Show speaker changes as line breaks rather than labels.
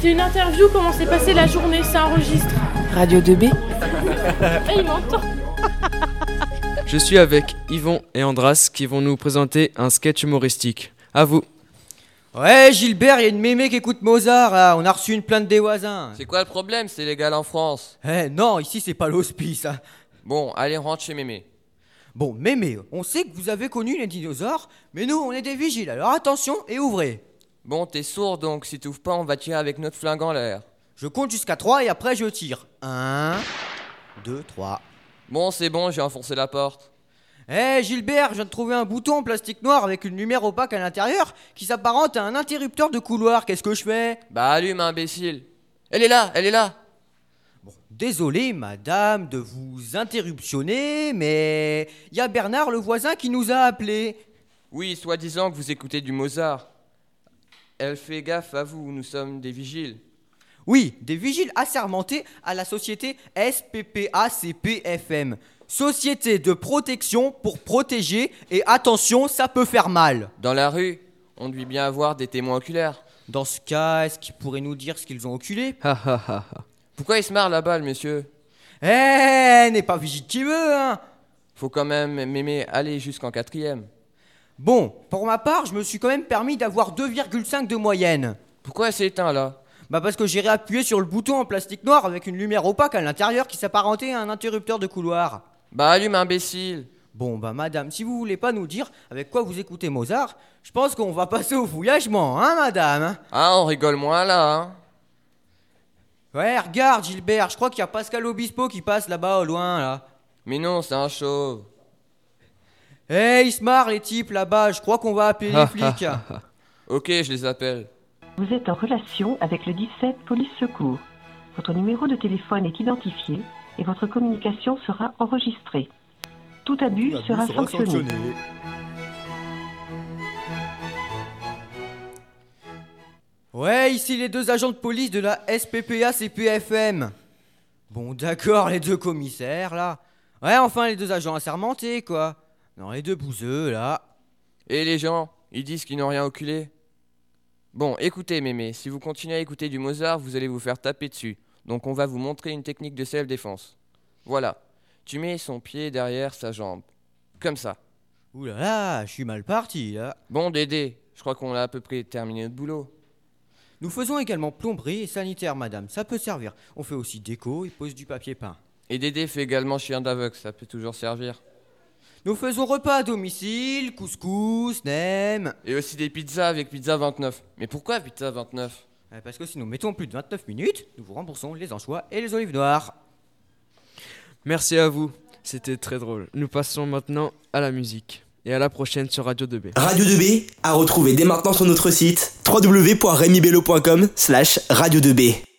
C'est une interview, comment s'est passée la journée, ça enregistre.
Radio 2B
Et il m'entend.
Je suis avec Yvon et Andras qui vont nous présenter un sketch humoristique. À vous.
Ouais, Gilbert, il y a une mémé qui écoute Mozart, là. On a reçu une plainte des voisins.
C'est quoi le problème C'est légal en France.
Eh, non, ici, c'est pas l'hospice. hein.
Bon, allez, rentre chez mémé.
Bon, mémé, on sait que vous avez connu les dinosaures, mais nous, on est des vigiles, alors attention et ouvrez.
Bon, t'es sourd donc, si t'ouvres pas, on va tirer avec notre flingue en l'air.
Je compte jusqu'à 3 et après, je tire. 1, 2, 3.
Bon, c'est bon, j'ai enfoncé la porte.
Eh Gilbert, je viens de trouver un bouton en plastique noir avec une lumière opaque à l'intérieur qui s'apparente à un interrupteur de couloir. Qu'est-ce que je fais
Bah, allume, imbécile. Elle est là, elle est là
Désolé, madame, de vous interruptionner, mais il y a Bernard le voisin qui nous a appelés.
Oui, soi-disant que vous écoutez du Mozart. Elle fait gaffe à vous, nous sommes des vigiles.
Oui, des vigiles assermentés à la société SPPACPFM. Société de protection pour protéger et attention, ça peut faire mal.
Dans la rue, on devait bien avoir des témoins oculaires.
Dans ce cas, est-ce qu'ils pourraient nous dire ce qu'ils ont enculé
Ha ha ha ha.
Pourquoi il se marre là-bas, le monsieur
Eh, n'est pas vigile qui veut, hein
Faut quand même, mémé, aller jusqu'en quatrième.
Bon, pour ma part, je me suis quand même permis d'avoir 2,5 de moyenne.
Pourquoi elle s'est éteinte là
Bah parce que j'ai réappuyé sur le bouton en plastique noir avec une lumière opaque à l'intérieur qui s'apparentait à un interrupteur de couloir.
Bah, allume, imbécile
Bon bah madame, si vous voulez pas nous dire avec quoi vous écoutez Mozart, je pense qu'on va passer au fouillagement, hein madame
Ah, on rigole moins là, hein
Ouais, regarde Gilbert, je crois qu'il y a Pascal Obispo qui passe là-bas au loin là.
Mais non, c'est un chauve.
Eh, ils se marrent les types là-bas, je crois qu'on va appeler les flics.
Ok, je les appelle.
Vous êtes en relation avec le 17 Police Secours. Votre numéro de téléphone est identifié et votre communication sera enregistrée. Tout abus, sera, sanctionné.
Ouais, ici les deux agents de police de la SPPA CPFM. Bon, d'accord, les deux commissaires là. Ouais, enfin les deux agents assermentés quoi. Non, les deux bouseux là.
Et les gens, ils disent qu'ils n'ont rien oculé. Bon, écoutez, mémé, si vous continuez à écouter du Mozart, vous allez vous faire taper dessus. Donc on va vous montrer une technique de self-défense. Voilà. Tu mets son pied derrière sa jambe. Comme ça.
Ouh là là, je suis mal parti là.
Bon, Dédé, je crois qu'on a à peu près terminé notre boulot.
Nous faisons également plomberie et sanitaire, madame, ça peut servir. On fait aussi déco et pose du papier peint.
Et Dédé fait également chien d'aveugle, ça peut toujours servir.
Nous faisons repas à domicile, couscous, nem.
Et aussi des pizzas avec pizza 29. Mais pourquoi pizza 29
Euh, Parce que si nous mettons plus de 29 minutes, nous vous remboursons les anchois et les olives noires.
Merci à vous. C'était très drôle. Nous passons maintenant à la musique. Et à la prochaine sur Radio 2B.
Radio 2B à retrouver dès maintenant sur notre site www.remibello.com slash radio 2B.